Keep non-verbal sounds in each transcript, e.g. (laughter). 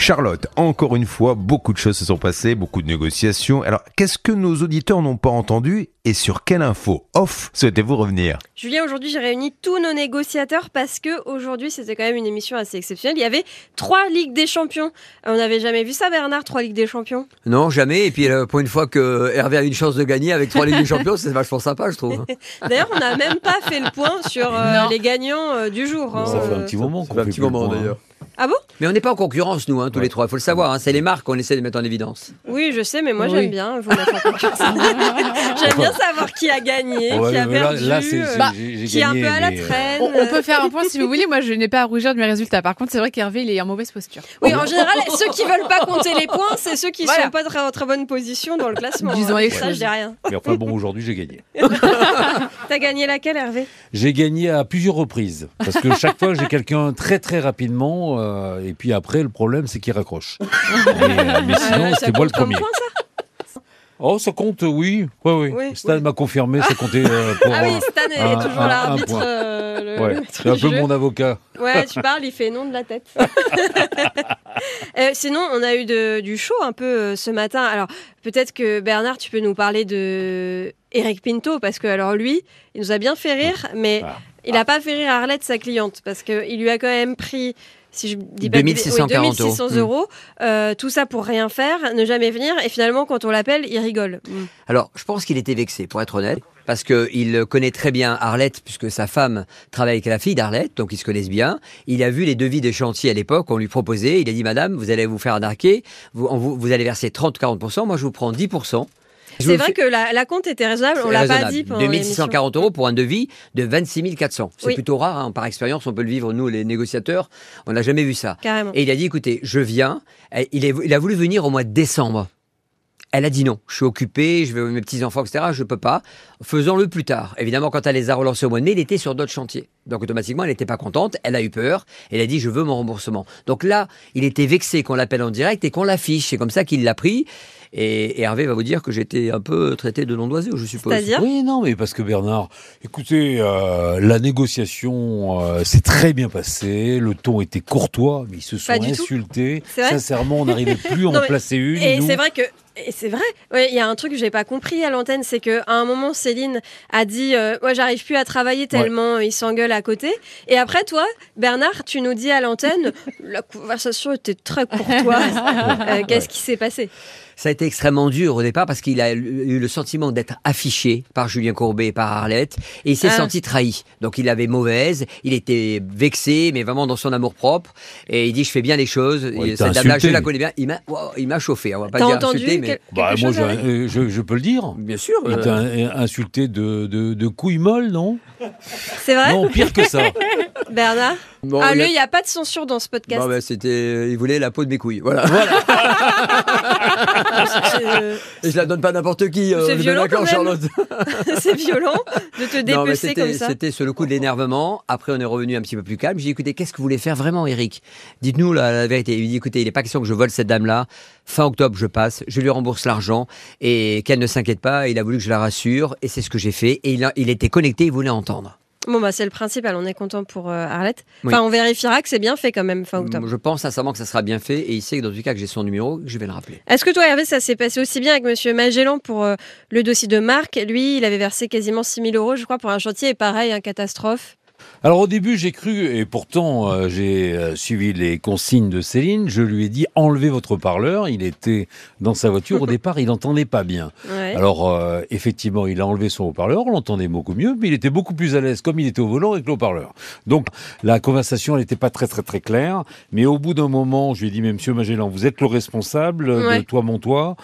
Charlotte, encore une fois, beaucoup de choses se sont passées, beaucoup de négociations. Alors, qu'est-ce que nos auditeurs n'ont pas entendu et sur quelle info off souhaitez-vous revenir Julien, aujourd'hui, j'ai réuni tous nos négociateurs parce que aujourd'hui, c'était quand même une émission assez exceptionnelle. Il y avait trois Ligues des Champions. On n'avait jamais vu ça, Bernard, trois Ligues des Champions. Non, jamais. Et puis, euh, pour une fois que Hervé a une chance de gagner avec trois Ligues des Champions, c'est vachement sympa, je (laughs) trouve. D'ailleurs, (laughs) on n'a même pas fait le point sur euh, les gagnants euh, du jour. hein. Ça fait un petit moment qu'on fait un fait petit plus le moment, point, hein. d'ailleurs. Ah bon Mais on n'est pas en concurrence, nous, hein, tous les trois. Il faut le savoir. hein. C'est les marques qu'on essaie de mettre en évidence. Oui, je sais, mais moi, Oui. j'aime bien vous mettre en concurrence. (laughs) (laughs) J'aime bien savoir qui a gagné, Ouais, qui a mais là- perdu, là, c'est- euh, c'est- Bah, j'ai- j'ai qui est un gagné, peu à la mais, euh, traîne. On, on peut faire un point si vous voulez. Moi, je n'ai pas à rougir de mes résultats. Par contre, c'est vrai qu'Hervé, il est en mauvaise posture. Oui, en général, ceux qui veulent pas compter les points, c'est ceux qui Voilà. sont pas très- en très bonne position dans le classement. hein. Disons les ça, je choses. dis rien. Mais enfin bon, aujourd'hui j'ai gagné. T'as gagné laquelle, Hervé J'ai gagné à plusieurs reprises parce que chaque fois j'ai quelqu'un très très rapidement euh, et puis après le problème c'est (laughs) qu'il raccroche. mais, euh, mais sinon Euh, ça c'était moi le compte comme premier. point, ça Oh ça compte oui. Oui oui. Oui, Stan oui. m'a confirmé ça comptait euh, pour Ah oui, euh, Stan est un- toujours un- un l'arbitre. point. euh, le- (laughs) ouais. le maître C'est un du peu jeu. mon avocat. Ouais, tu parles, il fait non de la tête. (laughs) Euh, sinon, on a eu de- du show un peu euh, ce matin. Alors, peut-être que Bernard, tu peux nous parler de Eric Pinto, parce que alors lui, il nous a bien fait rire, mais Ah. il n'a pas fait rire Arlette, sa cliente, parce qu'il lui a quand même pris. Si je dis pas de- 2640 oui, 2600 Hmm. euros. euros, euh, tout ça pour rien faire, ne jamais venir, et finalement quand on l'appelle, il rigole. Hmm. Alors, je pense qu'il était vexé, pour être honnête, parce qu'il connaît très bien Arlette, puisque sa femme travaille avec la fille d'Arlette, donc ils se connaissent bien. Il a vu les devis des chantiers à l'époque, on lui proposait, il a dit, Madame, vous allez vous faire arnaquer, vous, on vous, vous allez verser 30-40%, moi je vous prends 10%. Je vous C'est le vrai fais- que la, la compte était raisonnable, on C'est l'a pas raisonnable. dit pendant l'émission. 2640 euros pour un devis de 26 400. C'est Oui. plutôt rare, hein. par expérience, on peut le vivre, nous les négociateurs, on n'a jamais vu ça. Carrément. Et il a dit, écoutez, je viens. Et Il, est- il a voulu venir au mois de décembre. Elle a dit non, je suis occupée, je vais voir mes petits-enfants, etc. Je ne peux pas. Faisons-le plus tard. Évidemment, quand elle les a relancés au mois de mai, il était sur d'autres chantiers. Donc automatiquement, elle n'était pas contente, elle a eu peur, elle a dit je veux mon remboursement. Donc là, il était vexé qu'on l'appelle en direct et qu'on l'affiche. C'est comme ça qu'il l'a pris. Et, et Hervé va vous dire que j'étais un peu traité de nom d'oiseau, je suppose. C'est-à-dire Oui, non, mais parce que Bernard, écoutez, euh, la négociation euh, s'est très bien passée, le ton était courtois, mais ils se sont Pas du tout. insultés. C'est vrai Sincèrement, on (laughs) n'arrivait plus à Non, en mais- placer une. Et nous. c'est vrai que et c'est vrai. Ouais, Il y a un truc que j'ai pas compris à l'antenne, c'est que à un moment Céline a dit euh, moi j'arrive plus à travailler tellement ils s'engueulent à côté. Et après toi Bernard, tu nous dis à l'antenne la conversation était très (laughs) courtoise. Euh, Qu'est-ce qui s'est passé Ça a été extrêmement dur au départ parce qu'il a eu le sentiment d'être affiché par Julien Courbet et par Arlette et il s'est Ah. senti trahi. Donc il avait mauvaise, il était vexé, mais vraiment dans son amour propre. Et il dit Je fais bien les choses. Ouais, il Et t'a Cette dame-là, je insulté, la lui. connais bien. Il m'a wow, il m'a chauffé. hein. On va pas T'as dire entendu insulté, quel- mais. quelque Bah, moi, chose je, Alex euh, je- je peux le dire. Bien sûr. Il euh, t'a euh, insulté de, de, de couilles molles, non C'est vrai Non, pire que ça. Bernard bon, Ah il lui a- il y a pas de censure dans ce podcast. Bon, ben, c'était, il voulait la peau de mes couilles. Voilà. C'est, (laughs) euh, (laughs) Et je la donne pas à n'importe qui. euh, C'est on est bien violent, d'accord, quand même. Charlotte. c'est violent de te Non, mais dépulser comme c'était ça. c'était sur le coup de l'énervement. Après, on est revenu un petit peu plus calme. J'ai dit, écoutez, qu'est-ce que vous voulez faire vraiment, Eric Dites-nous la, la vérité. Il dit, écoutez, il n'est pas question que je vole cette dame-là. Fin octobre, je passe, je lui rembourse l'argent et qu'elle ne s'inquiète pas. Il a voulu que je la rassure et c'est ce que j'ai fait. Et il, a- il était connecté, il voulait entendre. Bon bah c'est le principal, on est content pour euh, Arlette. Oui. Mm. Enfin on vérifiera que c'est bien fait quand même fin octobre. Je pense sincèrement que ça sera bien fait et il sait que dans tout cas que j'ai son numéro, que je vais le rappeler. Est-ce que toi, Hervé, ça s'est passé aussi bien avec Monsieur Magellan pour euh, le dossier de Marc Lui, il avait versé quasiment 6 000 euros, je crois, pour un chantier. Et pareil, un catastrophe. Alors au début, j'ai cru, et pourtant euh, j'ai euh, suivi les consignes de Céline, je lui ai dit enlevez votre parleur. Il était dans (laughs) sa voiture, au départ, il n'entendait pas bien. Ouais. Alors, euh, effectivement, il a enlevé son haut-parleur, on l'entendait beaucoup mieux, mais il était beaucoup plus à l'aise comme il était au volant avec le haut-parleur. Donc, la conversation, elle n'était pas très, très, très claire. Mais au bout d'un moment, je lui ai dit, mais monsieur Magellan, vous êtes le responsable Ouais. de toi, mon toit.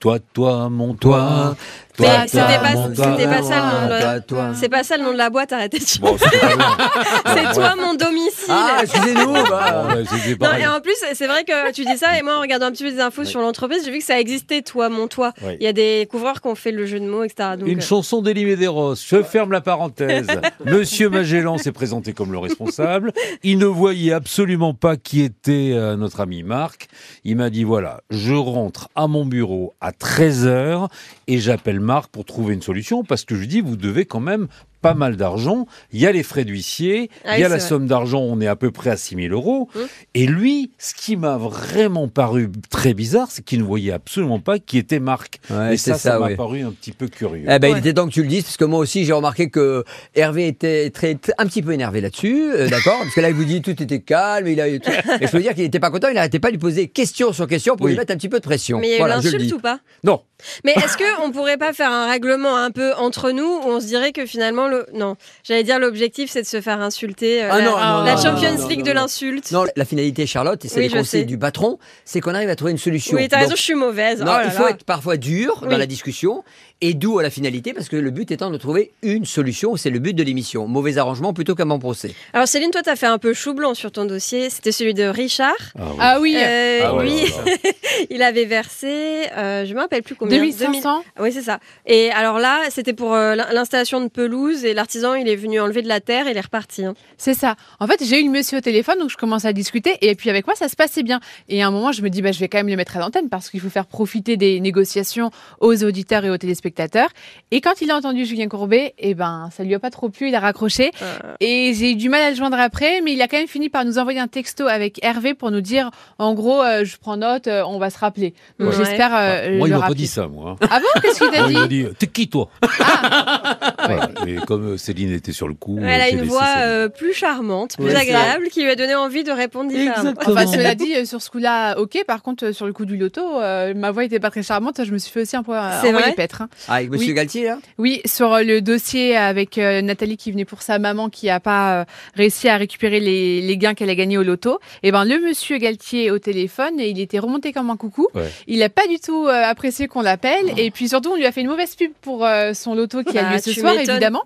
Toi, toi, mon toit. Toi, Mais euh, c'était toi, pas- mon toit. c'était pas ça, le nom de- Toi, toi. c'est pas ça le nom de la boîte, arrêtez. de- Bon, c'est (laughs) pas grave. c'est toi, mon domicile. Ah, excusez-nous. bah. (laughs) Bon, bah, c'est- c'est Non, pareil. et en plus, c'est vrai que tu dis ça, et moi, en regardant un petit peu des infos sur l'entreprise, j'ai vu que ça existait, toi, mon toi. Oui. Il y a des couvreurs qui ont fait le jeu de mots, etc. Donc, Une euh, chanson d'Eliméderos. Je ferme (laughs) la parenthèse. Monsieur Magellan s'est présenté comme le responsable. Il ne voyait absolument pas qui était euh, notre ami Marc. Il m'a dit voilà, je rentre à mon bureau à 13h et j'appelle Marc pour trouver une solution parce que je lui dis vous devez quand même pas mal d'argent. Il y a les frais d'huissier, Ah il y a oui, c'est la vrai. somme d'argent, on est à peu près à 6 000 euros. Mhm. Et lui, ce qui m'a vraiment paru très bizarre, c'est qu'il ne voyait absolument pas qui était Marc. Ouais, et c'est ça, ça ça, m'a oui. paru un petit peu curieux. Eh ben, Il Ouais. était temps que tu le dises, parce que moi aussi, j'ai remarqué que Hervé était très, très- un petit peu énervé là-dessus, euh, d'accord Parce que là, il vous dit tout était calme, il a eu tout. Et je peux vous dire qu'il n'était pas content, il n'arrêtait pas de lui poser question sur question pour Oui. lui mettre un petit peu de pression. Mais il y a eu Voilà, je le l'insulte dis. ou pas Non, Mais est-ce qu'on pourrait pas faire un règlement un peu entre nous où on se dirait que finalement, le... non, j'allais dire l'objectif c'est de se faire insulter. euh, Ah la, non, non, la non, Champions non, non, League non, de non. l'insulte. Non, la finalité, Charlotte, et c'est Oui, les je conseils sais. du patron, c'est qu'on arrive à trouver une solution. Oui, t'as Donc, raison, je suis mauvaise. non, Oh là il faut là. être parfois dur dans Oui. la discussion et doux à la finalité parce que le but étant de trouver une solution, c'est le but de l'émission. Mauvais arrangement plutôt qu'un bon procès. Alors Céline, toi, t'as fait un peu chou blanc sur ton dossier. C'était celui de Richard. Ah oui. Ah oui, Euh, Ah ouais, lui, alors là. (laughs) il avait versé, euh, je me rappelle plus combien. 2000. 2500. Oui, c'est ça. Et alors là, c'était pour euh, l'in- l'installation de pelouse et l'artisan, il est venu enlever de la terre et il est reparti. hein. C'est ça. En fait, j'ai eu le monsieur au téléphone, donc je commence à discuter. Et puis avec moi, ça se passait bien. Et à un moment, je me dis, bah, je vais quand même le mettre à l'antenne parce qu'il faut faire profiter des négociations aux auditeurs et aux téléspectateurs. Et quand il a entendu Julien Courbet, eh ben, ça lui a pas trop plu, il a raccroché. Euh, Et j'ai eu du mal à le joindre après, mais il a quand même fini par nous envoyer un texto avec Hervé pour nous dire, en gros, euh, je prends note, euh, on va se rappeler. Donc Ouais. j'espère euh, Ah, Moi, il m'a le Bah, pas rappeler. dit ça, moi. hein. Ah bon Qu'est-ce qu'il t'a Moi, il m'a dit dit euh, T'es qui, toi Voilà. Et comme euh, Céline était sur le coup. Elle a j'ai une laissé voix Céline. euh, plus charmante, plus Ouais, c'est agréable, qui lui a donné envie de répondre différemment. Enfin, cela dit, euh, sur ce coup-là, ok. Par contre, euh, sur le coup du loto, euh, ma voix était pas très charmante. Je me suis fait aussi un peu euh, C'est envoyer vrai paître. hein. Ah, Avec Monsieur Oui. Galtier, là Oui, sur euh, le dossier avec euh, Nathalie qui venait pour sa maman qui n'a pas euh, réussi à récupérer les, les gains qu'elle a gagnés au loto. Et ben le monsieur Galtier au téléphone, et il était remonté comme un coucou. Ouais. Il n'a pas du tout euh, apprécié qu'on l'appelle. Et puis surtout, on lui a fait une mauvaise pub pour euh, son loto qui a Bah, lieu ce tu soir, m'étonnes. (laughs) évidemment.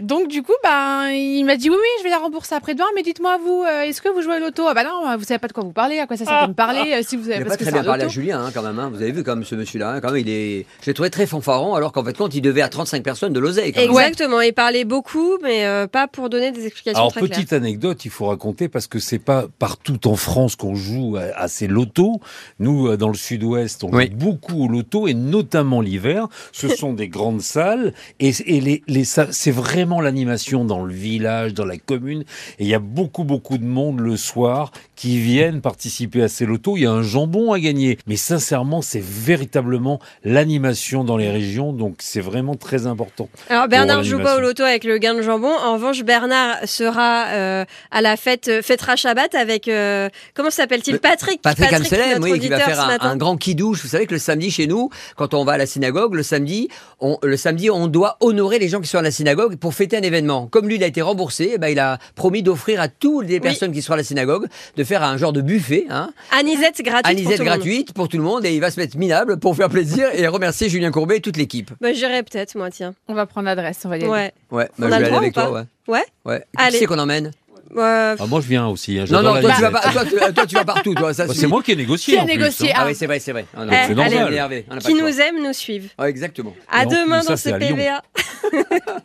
Donc du coup, ben il m'a dit oui, oui, je vais la rembourser après-demain. Mais dites-moi vous, euh, est-ce que vous jouez au loto Ah bah non, vous savez pas de quoi vous parlez. À quoi ça Ah. sert de me parler euh, si vous Il savez n'a pas, pas ce que très c'est un bien parlé à loto Julien, hein, quand même. hein. Vous avez vu, comme ce monsieur-là, hein, quand même, il est. J'ai trouvé très fanfaron, alors qu'en fait, quand il devait à 35 personnes de l'oseille. quand même. Exactement, il parlait beaucoup, mais euh, pas pour donner des explications Alors, très petite claires. anecdote, il faut raconter parce que c'est pas partout en France qu'on joue à, à ces lotos. Nous, euh, dans le sud-ouest, on Oui. joue beaucoup au loto et notamment l'hiver. Ce sont des grandes salles et, et les, les salles- c'est vraiment l'animation dans le village, dans la commune. Et il y a beaucoup, beaucoup de monde le soir qui viennent participer à ces lotos. Il y a un jambon à gagner. Mais sincèrement, c'est véritablement l'animation dans les régions. Donc, c'est vraiment très important. Alors Bernard joue pas l'animation. au loto avec le gain de jambon. En revanche, Bernard sera euh, à la fête euh, fêtera Shabbat avec euh, comment s'appelle-t-il Le- Patrick. Patrick Amselem, notre oui, qui va auditeur faire ce un, matin. un grand qui-douche. Vous savez que le samedi chez nous, quand on va à la synagogue, le samedi, on, le samedi, on doit honorer les gens qui sont à la synagogue pour fêter un événement. Comme lui, il a été remboursé, eh ben, il a promis d'offrir à toutes les personnes qui seront à la synagogue de faire un genre de buffet, hein, Anisette gratuite. pour anisette tout le monde. gratuite pour tout le monde, et il va se mettre minable pour faire plaisir et remercier Julien Courbet et toute l'équipe. Bah, J'irai peut-être moi tiens. On va prendre l'adresse, on va y aller. Ouais. Ouais, On a le droit avec ou pas toi, ouais. Ouais Ouais. Qui Allez. c'est qu'on emmène Euh, Ah, moi, je viens aussi. hein. Non, J'adore non, la toi tu, vas navette. pas, toi, tu- toi, tu vas partout, toi. Ça Bah, suffit. c'est moi qui ai négocié. Qui a en plus, négocié, hein. Ah oui, c'est vrai, c'est vrai. Ah non, Eh, c'est normal. allez. On est énervé, on n'a pas qui le choix. nous aime nous suive. Ouais, exactement. À Et en plus, demain ça, dans c'est à ce Lyon. PVA.